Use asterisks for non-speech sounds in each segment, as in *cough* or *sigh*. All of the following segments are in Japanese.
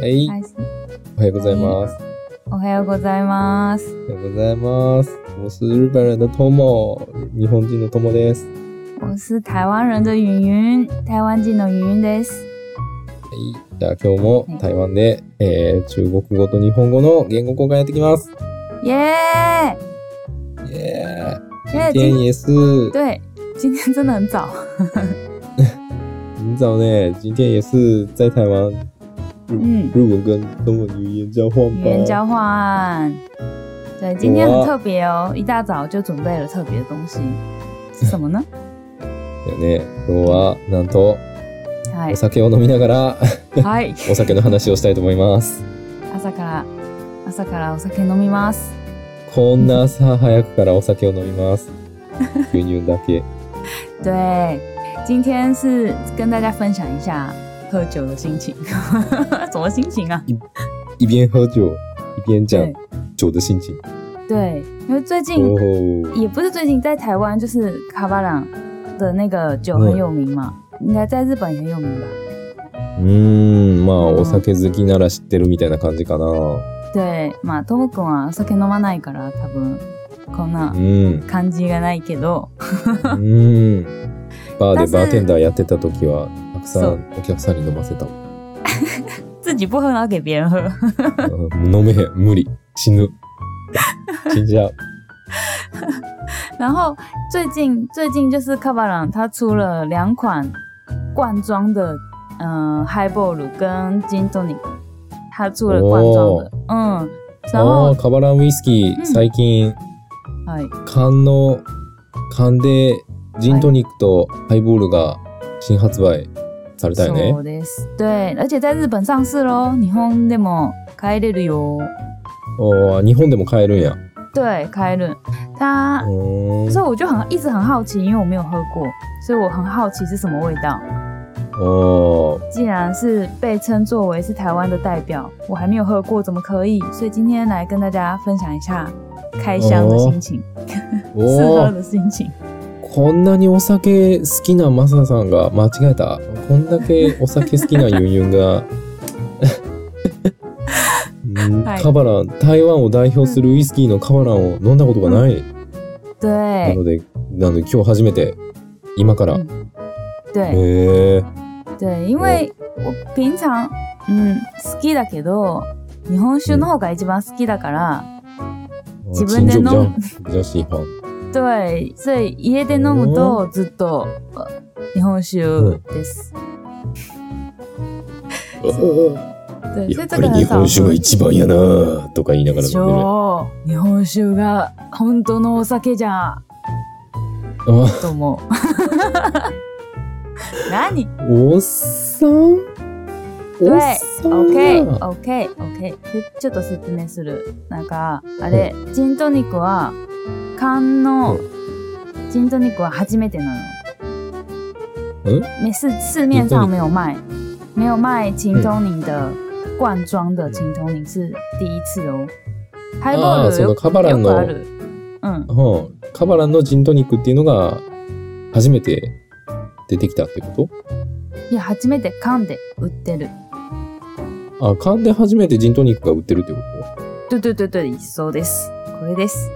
はい、はい、おはようございます。おはようございます。おはようございます。我是日本人的 Tomo，日本人の Tomo です。我是台湾人的云云，台湾人の云云です。はい、じゃあ今日も台湾で、えー中国語と日本語の言語交換やってきます。耶、イエー耶、イ！今天也是，对，今天真的很早。很早呢，今天也是在台湾嗯，日文跟中文语言交换语吧。言交换。对，今天很特别哦，一大早就准备了特别的东西，是什么呢？だよね。今日はなんとはおい、酒を飲みながらはい、お酒の話をしたいと思います。朝から朝からお酒飲みます。こんな朝早くからお酒を飲み *laughs* ます。牛乳だけ。对，今天是跟大家分享一下喝酒的心情，什么心情啊？一边喝酒，一边讲对酒的心情。对，因为最近哦，也不是最近，在台湾就是卡巴朗的那个酒很有名嘛，应该在日本也很有名吧？うん、まあお酒好きなら知ってるみたいな感じかな。对，まあトモ君はお酒飲まないから多分こんなうん、感じがないけど、うん。バーだですバーテンダーやってた時はたくさそんお客さんに飲ませたもん。自己不喝然后给别人喝，うん飲めへん、無理、死 *laughs* ぬ。死んじゃう。然后最近最近就是卡巴朗它出了两款罐装的，嗯、呃、，highball 跟金 t o n 它出了罐装的，嗯，然あ后あ、カバランウイスキうー、ん最近、哎，缶の、缶でジントニックとハイボールが新発売されたよねそ。うです。对，而且在日本上市喽，日本でも買えれるよ。おー日本でも買えるんや。对，开了。它，うーん所以我就很一直很好奇，因为我没有喝过，所以我很好奇是什么味道。おー既然是被称作为是台湾的代表，我还没有喝过，怎么可以？所以今天来跟大家分享一下开箱的心情，试お喝ー的心情。こんなにお酒好きなマサさんが間違えたこんだけお酒好きなユンユンがうんはいカバラン台湾を代表するウイスキーのカバランを飲んだことがない、な对のでなので今日初めて今から、うん对。嗯へえ对，因为我平常うん好きだけど、日本酒の方が一番好きだから、自分で飲むむ女子ファン *laughs* 对，所以家で飲むとずっとあ日本酒です。や对，所以っ这ぱ个り日本很少酒が喝。一番やなとか言いながらで飲んでしるょう。日本酒が本当のお酒じゃあと思う。何おっさんおっさんや ?OK、OK、OK。でちょっと説明する。なんか、あれ、ジントニックは、缶のうジントニックは初めてなの。嗯没市市面上没有卖，没有卖秦通宁的罐装的秦通宁是第一次哦。ハイボあーあルそよのくカバランよくあの、る。うん、うん、カバランのジントニックっていうのが初めて出てきたってこいや初めて缶で売ってる。とあ缶で初めてジントニックが売ってるってこ对对对对，そうです。これです。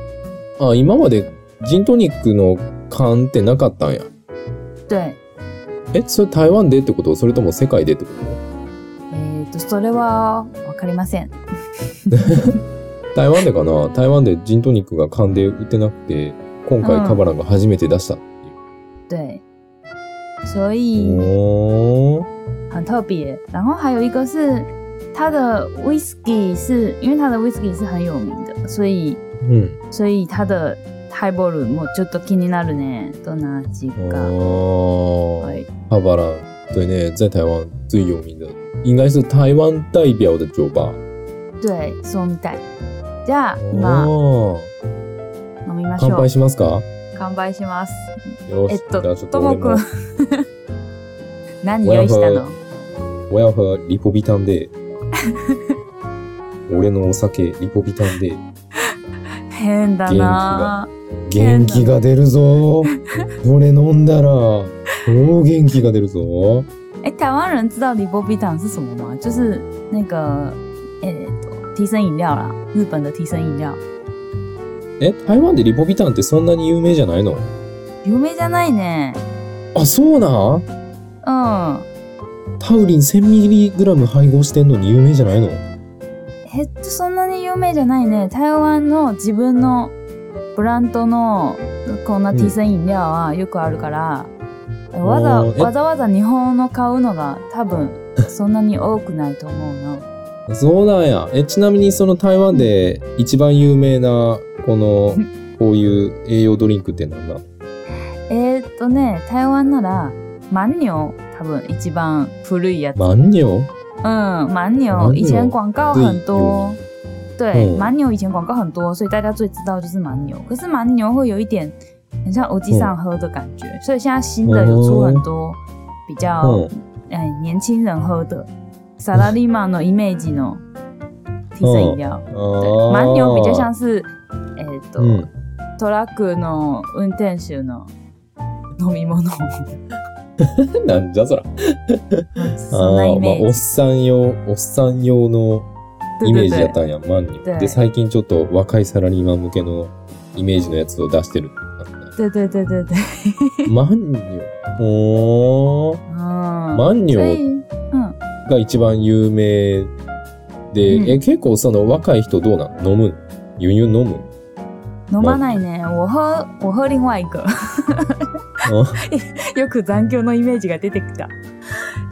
とあ今までジントニックの缶ってなかったんや对，えそれ台湾でってことそれとも世界でってことえっ、とそれはわかりません。台湾でかな台湾でジントニックが缶で売ってなくて今回うんカバランが初めて出したっていう对，所以おー很特别。然后还有一个是它的 whisky 是因为它的 whisky 是很有名的，所以うん。所以它的ハイボールもちょっと気になるね。どんな味か。哦はい。哈巴拉，对呢，在台湾最有名的应该是台湾代表的酒吧。对、そうみたい。じゃあ今哦，飲みまし乾ょう杯。しますか？乾杯します。よえしっ、とじゃあちょっととも俺くもん *laughs* 何用意したの？我要喝リポビタン *laughs* で。俺のお酒リポビタンで変だな。元気が出るぞ。俺飲んだら超元気が出るぞ。哎，台湾人知道李波比糖是什么吗？就是那个呃提神饮料啦，日本的提神飲料。え、台湾でリポビタンってそんなに有名じゃないの有名じゃないね。あ、そうなんうん。タウリン 1000mg 配合してんのに有名じゃないのえっと、そんなに有名じゃないね。台湾の自分のブランドのこんな T 線飲料はよくあるから、えわざおーえわざわざ日本の買うのが *laughs* 多分そんなに多くないと思うの。そうなんや。え、ちなみにその台湾で一番有名な、こ *laughs* の、こういう栄養ドリンクってなんだえっとね、台湾なら万尿多分一番古いやつ。万尿嗯，蛮蛮牛牛以前广告很多，对，嗯蛮牛以前广告很多，所以大家最知道就是蛮牛。可是蛮牛会有一点很像欧记上喝的感觉，所以现在新的有出很多比较うん。哎、年轻人喝的萨拉利曼的 image 呢提神饮料。对，蛮牛比较像是哎う的ん。トラックの運転手の飲 *laughs* み物，なんじゃそら。そんなーイまあ、メおーっジ。さん用、おっさん用のイメージだったんや、万人对で、最近ちょっと若いサラリーマン向けのイメージのやつを出してる。对对对对对，万人おー。嗯，万所人以嗯。が一番有名で、うんえ、結構その若い人どうなん飲む輸入飲む飲まないね。我喝我喝另外一个。 *laughs* よく残業のイメージが出てきた。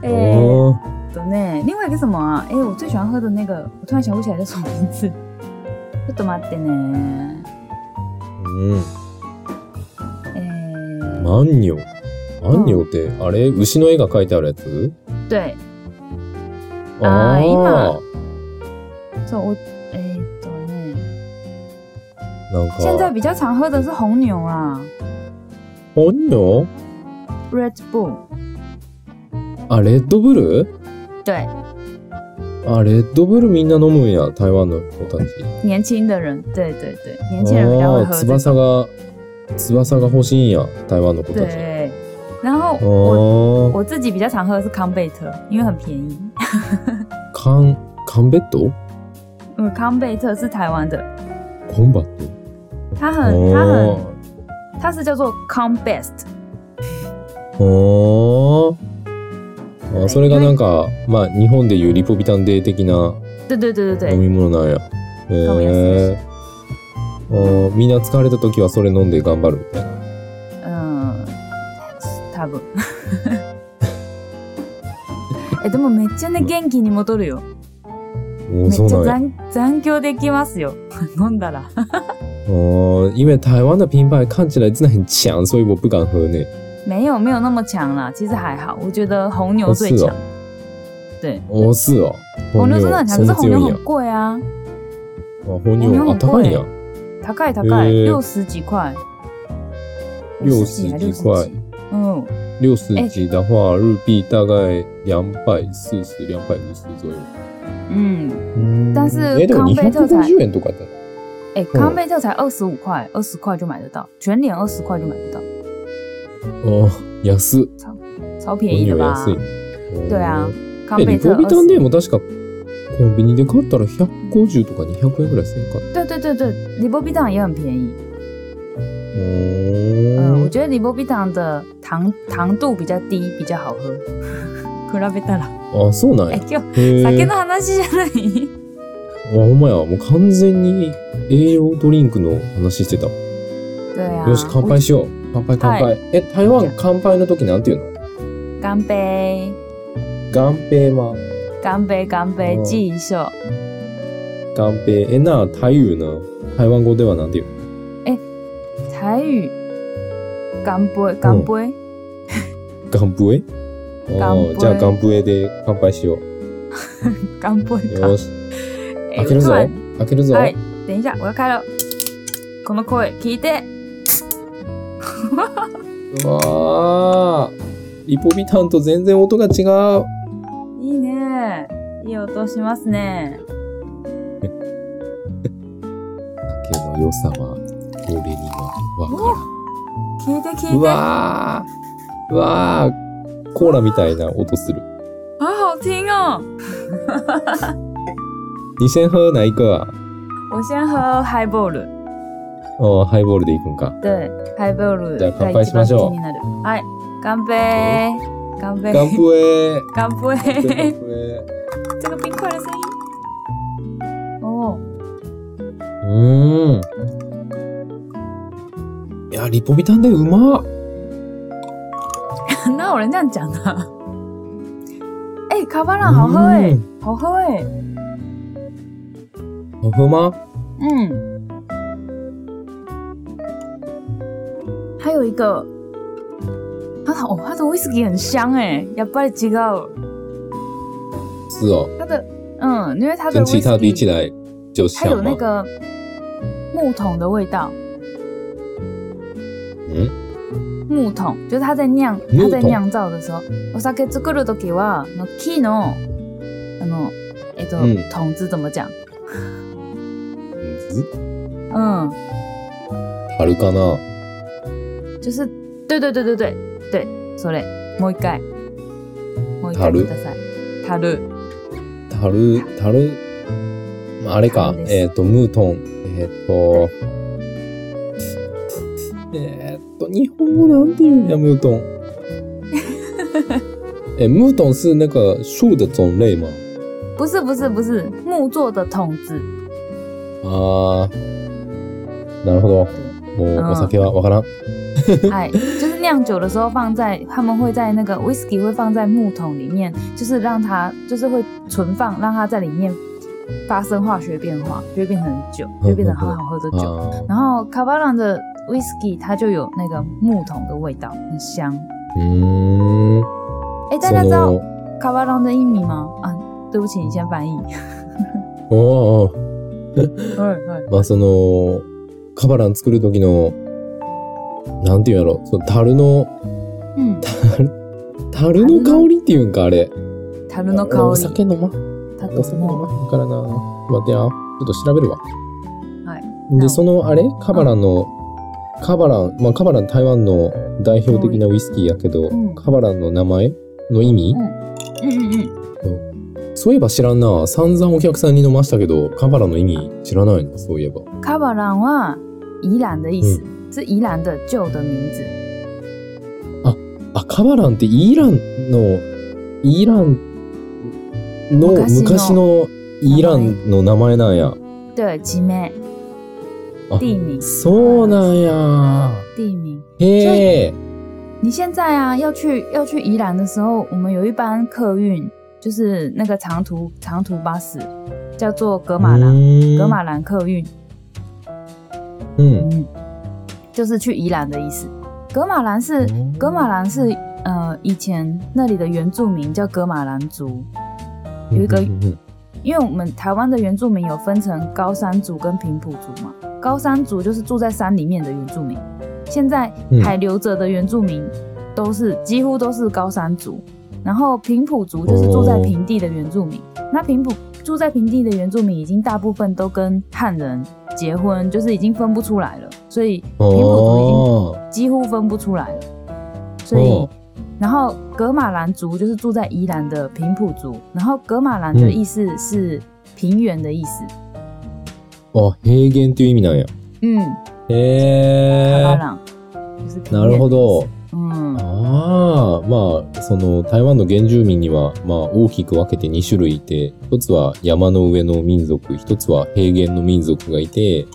えー、っおーとね、另外一个什么啊？哎、我最喜欢喝的那个，我突然想不起来叫什么名字。ちょっと待ってね。うえーん。万人万人って、あれ牛の絵が描いてあるやつ对，あーあそう、我えー、っとね、あ。なん现在か、比较常喝的是红牛啦本能，Red Bull。あ、レッドブル对，あ、レッドブルみんな飲むんや、台湾の子たち。年轻的人，对对对，年轻人比较会あ喝ー这个。翼が、翼が欲しいんや、台湾の子たち。对，然后我おー、我自己比较常喝的是康贝特，因为很便宜。カン、カンベット嗯，康贝特是台湾的，コンバット它很它很お它是叫做 Com Best，ー。おー。あーそれがなんか、まあ、日本でいうリポビタンデー的な对对对对飲对，み物なんや。へ飲みやすいえ。あーみんな疲れた時はそれ飲んで頑張るみたいな。嗯、多分。 *laughs* えでもめっちゃね元気に戻るよ。おーめっちそゃうなんや。残残業できますよ。 *laughs* 飲ん *laughs* だら。哦，因为台湾的品牌看起来真的很强，所以我不敢喝呢。没有没有那么强啦，其实还好。我觉得红牛哦最是强哦，对，哦，是哦，红牛真的很强，そん可是な红強いん牛や很。贵啊，哦，红红牛牛啊，很高いん贵や。高い高へーい六十几块，六几十还几六十块几，，嗯。六十几的话，日币大概两百四十、两百五十左右。嗯，嗯但是えでも康贝特才250円とかだ。哎、康贝特才二十五块，二十块就买得到，全脸二十块就买得到，哦，安い。超便红宜的牛吧？安い。对啊哦，，康え贝リ特ポ二ビタ十ン。でも確かコンビニで買ったら150とか200円ぐらいせんかった。对对对对，李波比糖也很便宜。嗯，我哦，觉得李波比糖的糖糖度比较低，比较好喝。比べたら、あ、そうなん哎や。今日へー酒の話じゃない。あ、ほんまや。もう完全に栄養ドリンクの話してた。よ对啊，し、乾杯しよう。乾杯、乾は杯。え、台湾乾杯の時なんて言うの干杯，乾杯は干杯，干杯，哦记一下。乾杯。え、なあ、台语な。台湾語ではなんて言う台语，干杯，干杯，の乾杯あ乾杯ーじゃあ乾杯で乾杯しよう。干杯か。よし。哎開ける突ぞ然。開けるぞ。はい、等一下，我要开了。この声聞いて。うわあ。リポビタンと全然音が違う。いいね。いい音しますね。酒の良さは、俺にはわからん。聞いて聞いて。うわーうわーコーラみたいな音する。好好听哦！你先喝哪一个啊？我先喝 highball。哦、ハイボールでいくんか。对，highball じゃあ乾杯しましょうが一番気になるはい、干杯！干杯！乾杯。干乾杯杯！这个冰块的声音。哦，うーん。いや、リポビタンでうまっ。 *laughs* 哪有人这样讲的、啊？哎、卡巴朗好喝哎、嗯好喝哎、好喝吗？嗯。还有一个，它的哦，它的 whisky 很香哎、やっぱり違う。是哦，它的嗯，因为它的跟其他比起 whisky 来就它像有吗那？个木桶的味道。嗯，木桶就是它在酿木它桶在酿造的时候，お酒作る時はあの木のあのえっと、嗯桶子怎么讲？嗯嗯，あるかな。就是对对对对对对，それもう一回もう一回樽ください。タルタルタルまああれかタルですえっ、とムートンえっ、とえっ、と日本語なんて言うんやムートンえムートン是那个树的种类吗？不是不是不是木做的桶子。あーなるほどもううんお酒はわからん哎，就是酿酒的时候放在，他们会在那个 whisky 会放在木桶里面，就是让它就是会存放，让它在里面发生化学变化，就会变成酒，就会变成很好喝的酒。あー然后卡巴朗的 whisky 它就有那个木桶的味道，很香。うーん哎，大そ家知道の卡巴朗的译名吗？啊，对不起，你先翻译。お *laughs* ーおー嗯嗯まあそのカバラン作る時のなんていうんやろその樽の嗯，樽の香りっていうんかあれタルの香おり。酒飲まタルお酒飲のまへんからな待てやちょっと調べるわはいでそのあれカバランのカバランまあカバラン台湾の代表的なウイスキーやけど、うんカバランの名前の意味、嗯嗯嗯，そういえば知らんな散々お客さんに飲ましたけどカバランの意味知らないのそういえば卡巴朗は宜兰的意思，是宜兰的旧的名字。あカバランってイランのイランの昔昔のイランの名前なんや对，集美啊地名，そうなんや地名。へえ你现在啊，要去要去宜兰的时候，我们有一班客运，就是那个长途长途巴士，叫做格马兰、格格马兰客运，うん嗯，就是去宜兰的意思。格马兰是、嗯格马兰是呃以前那里的原住民叫格马兰族，有一个うんうん因为我们台湾的原住民有分成高山族跟平埔族嘛，高山族就是住在山里面的原住民，现在嗯还留着的原住民都是几乎都是高山族，然后平埔族就是住在平地的原住民。那平埔住在平地的原住民已经大部分都跟汉人结婚，就是已经分不出来了，所以平うん埔族已经おー几乎分不出来了。所以，哦然后格马兰族就是住在宜兰的平埔族，然后格马兰的意思是平原的意思。あ平原っていう意味なんや嗯，へ格马え兰就是平なる原的意ほ思。ど嗯，ああまあその台湾の原住民にはまあ大きく分けて2種類いて一つは山の上の民族一つは平原の民族がいて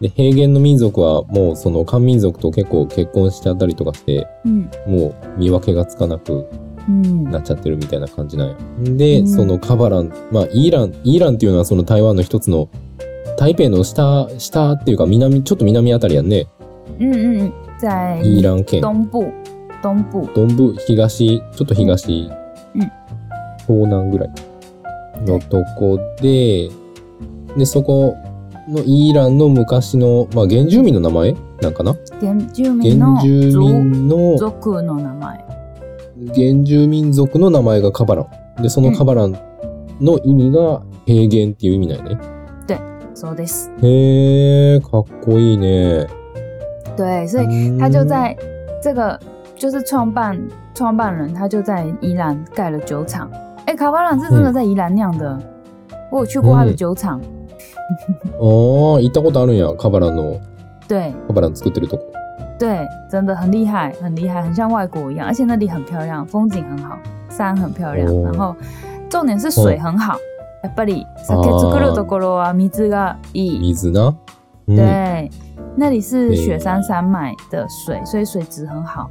で平原の民族はもうその漢民族と結構結婚してあたりとかして嗯もう見分けがつかなく嗯なっちゃってるみたいな感じなんや。で、うんそのカバランまあイーランイーランっていうのはその台湾の一つの台北の下下っていうか南ちょっと南あたりやんね嗯嗯嗯，在イーラン県。东部，东部，どんぶ東ちょっと東、うん東南ぐらいのとこででそこのイーランの昔の、まあ、原住民の名前なんかな原住民原の住族民の族の名前。原住民族の名前がカバランでそのカバランの意味が平原っていう意味なんよね、そうです。へえかっこいいね对，所以他就在这个就是创办创办人他就在宜兰盖了酒厂。哎，卡巴朗是真的在宜兰酿的，我有去过他的嗯酒厂。哦、行ったことあるんや。カバランの、对カバラン作ってるとこ。对，真的很厉害，很厉害，很像外国一样，而且那里很漂亮，风景很好，山很漂亮，哦然后重点是水哦很好。やっぱり酒作るところは水がいい。水な。うん。对，那里是对雪山山脉的水，所以水质很好。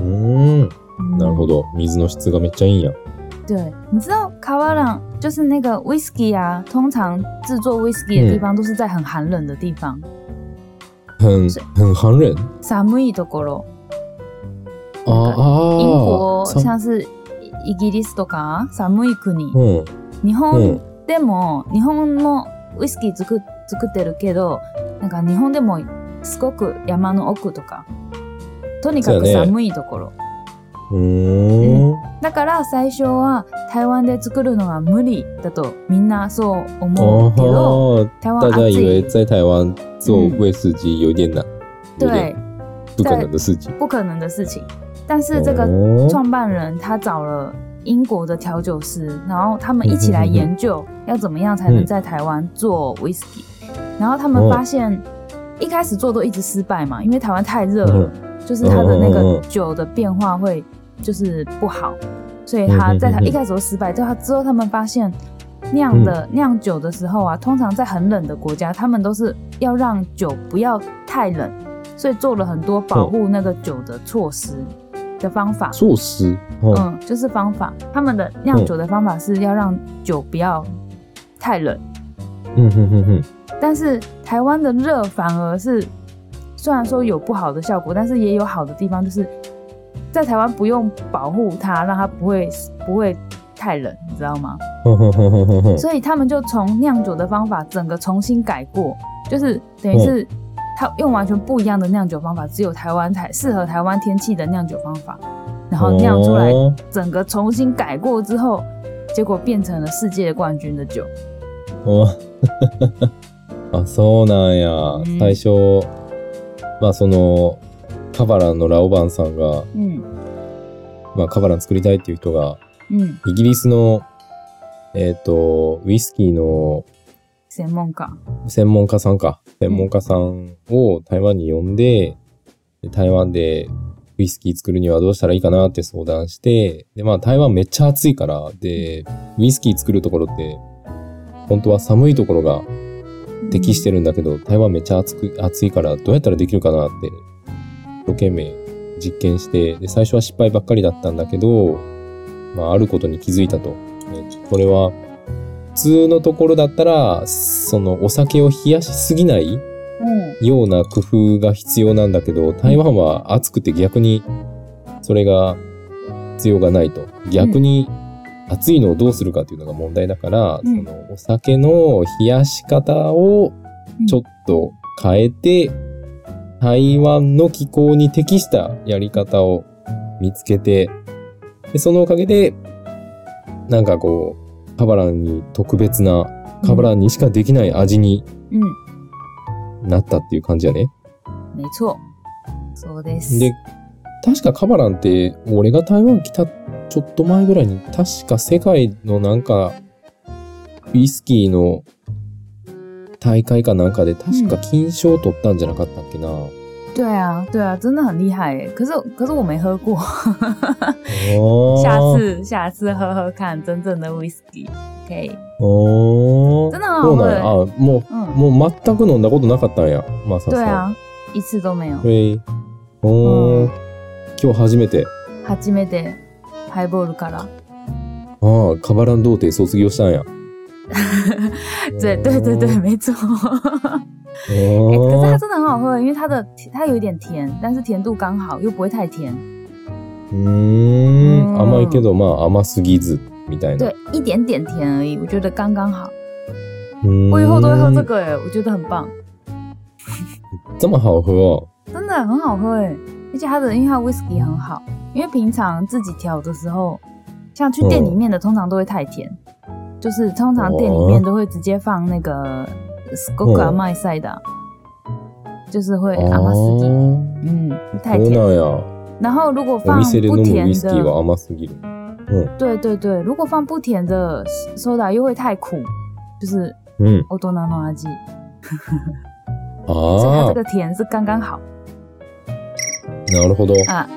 うん。嗯なるほど。水の質がめっちゃいいんや。对，你知道卡瓦朗就是那个 whisky 啊，通常制作 whisky 嗯的地方都是在很寒冷的地方。很、是很寒冷。寒いところ，ああ英国ー。さ像是イギリスとか寒い国。うん。日う本ん。でも日本のウイスキー作作ってるけど、なんか日本でもすごく山の奥とか、とにかくそうやね寒いところ。うーん。だから最初は台湾で作るのは無理だとみんなそう思うけど、哦吼，台大湾家暑以为い。在台湾做嗯威士忌有点难，有对点，不可能的事情。不可能的事情。但是这个哦创办人他找了英国的调酒师，然后他们一起来研究要怎么样才能在台湾做 whisky，、然后他们发现一开始做都一直失败嘛，因为台湾太热了，嗯就是它的嗯那嗯嗯个嗯酒的变化会就是不好，所以他在他嗯嗯嗯嗯一开始都失败，之后之后他们发现。酿的嗯酿酒的时候啊，通常在很冷的国家，他们都是要让酒不要太冷，所以做了很多保嗯护那个酒的措施的方法。措施哦，嗯，就是方法。他们的酿酒的方法是要让酒不要太冷，嗯哼哼哼，但是台湾的热反而是，虽然说有不好的效果，但是也有好的地方，就是在台湾不用保护它，让它不会不会太冷，你知道吗？哼哼哼哼哼哼，所以他们就从酿酒的方法整个重新改过，就是等于是他用完全不一样的酿酒方法，只有台湾才适合台湾天气的酿酒方法，然后酿出来哦整个重新改过之后，结果变成了世界冠军的酒。哦あ、そうなんやうん。最初、まあそのカバランのラオバンさんが、嗯まあカバラン作りたいっていう人が嗯，イギリスのえっとウイスキーの谁梦港？専門家さんか。専門家さんを台湾に呼んで、で台湾でウイスキー作るにはどうしたらいいかなって相談して、で、まあ台湾めっちゃ暑いから、で、ウイスキー作るところって、本当は寒いところが適してるんだけど、台湾めっちゃ暑く、暑いからどうやったらできるかなって、一生懸命実験して、で、最初は失敗ばっかりだったんだけど、まああることに気づいたと。ねこれは、普通のところだったら、そのお酒を冷やしすぎない嗯ような工夫が必要なんだけど、台湾は暑くて逆にそれが必要がないと。逆に暑いのをどうするかというのが問題だから、うんそのお酒の冷やし方をちょっと変えて、台湾の気候に適したやり方を見つけて、でそのおかげで、なんかこう、カバランに特別な、カバランにしかできない味に嗯，なったっていう感じやね。没错。そうです。で、確かカバランって、俺が台湾来たちょっと前ぐらいに、確か世界のなんか、ウイスキーの大会かなんかで、確か金賞を取ったんじゃなかったっけな。对啊，对啊，真的很厉害耶！可是可是我没喝过，おー下次下次喝喝看真正的 whisky，可以。おー真的很そ好う喝なん耶や。。あ、もう、嗯，もう全く飲んだことなかったんや。まささん。对啊，一次都没有。へい。おーうん今日初めて、初めてハイボールかあら。あ、カバラン童貞卒業 *laughs* したんや。对对对对，没错。お哎、ー可是它真的很好喝，因为它的它有一点甜，但是甜度刚好，又不会太甜。うーうんん甘いけどまあ甘すぎずみたいな。对，一点点甜而已，我觉得刚刚好。うーん我以后都会喝这个哎、我觉得很棒，这么好喝哦。真的很好喝哎、而且它的因为它 whisky 很好，因为平常自己调的时候，像去店里面的通常都会太甜，就是通常店里面都会直接放那个 s c o c a 麦塞的，就是会阿玛斯基，哦嗯，太そう甜なんや。然后如果お放店で飲不むウ甜イスキー的，は甘すぎる。对对对，如果放不甜的 soda 又会太苦，就是うん。欧多纳诺阿基，所以它あ这个甜是刚刚好あ、なるほど。啊。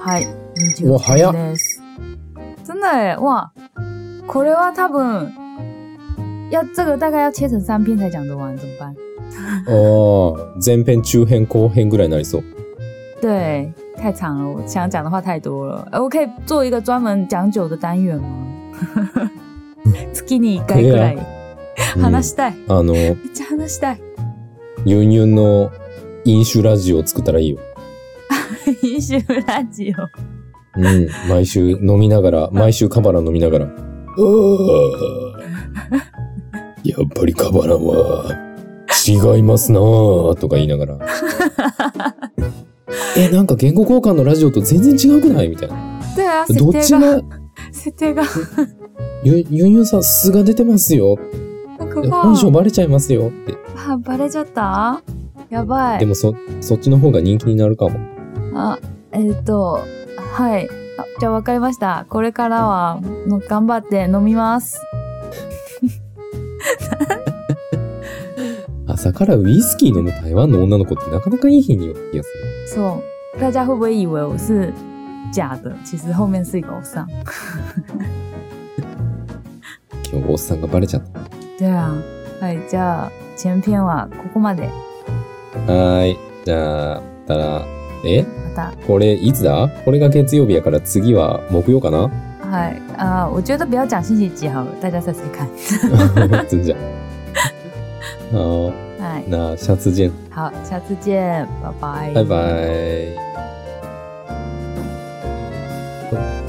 はい、うわ20早っ分です。真的耶，哇，これは多分要这个大概要切成三片才讲得完，怎么办？ああ、前編、中編、後編ぐらいになりそう。对，太长了，我想讲的话太多了。呃，我可以做一个专门讲酒的单元吗？ *laughs* 月に一回くらいうん話したい。あの、めっちゃ話したい。ユンユンの飲酒ラジオを作ったらいいよ。飲酒ラジオ。うん。毎週飲みながら、毎週カバラ飲みながら。ああ、やっぱりカバラは違いますなあとか言いなが *laughs* ら。え、なんか言語交換のラジオと全然違うくないみたいな。对啊，設どっち定がが、設定がユンユンユンさん素が出てますよ。こ本性こバレちゃいますよって。あバレちゃった。やばでい。もそ、そっちの方が人気になるかも。あ、えっ、とはい。あじゃあわかりました。これからはの頑張って飲みます。朝からウイスキー飲む台湾の女の子ってなかなかいい日によって気がする。そう。大家会不会以为我是假的？其实后面是一个偶像。今日おっさんがバレちゃった。对啊，哎，じゃあ前編はここまで。はーい。じゃあ、たら、えまた，これいつだこれが月曜日やから次は木曜かな哎啊、我觉得不要讲星期几好了，大家猜猜看。つんじゃ。好，哎，那下次见，好，下次见，拜拜，拜拜。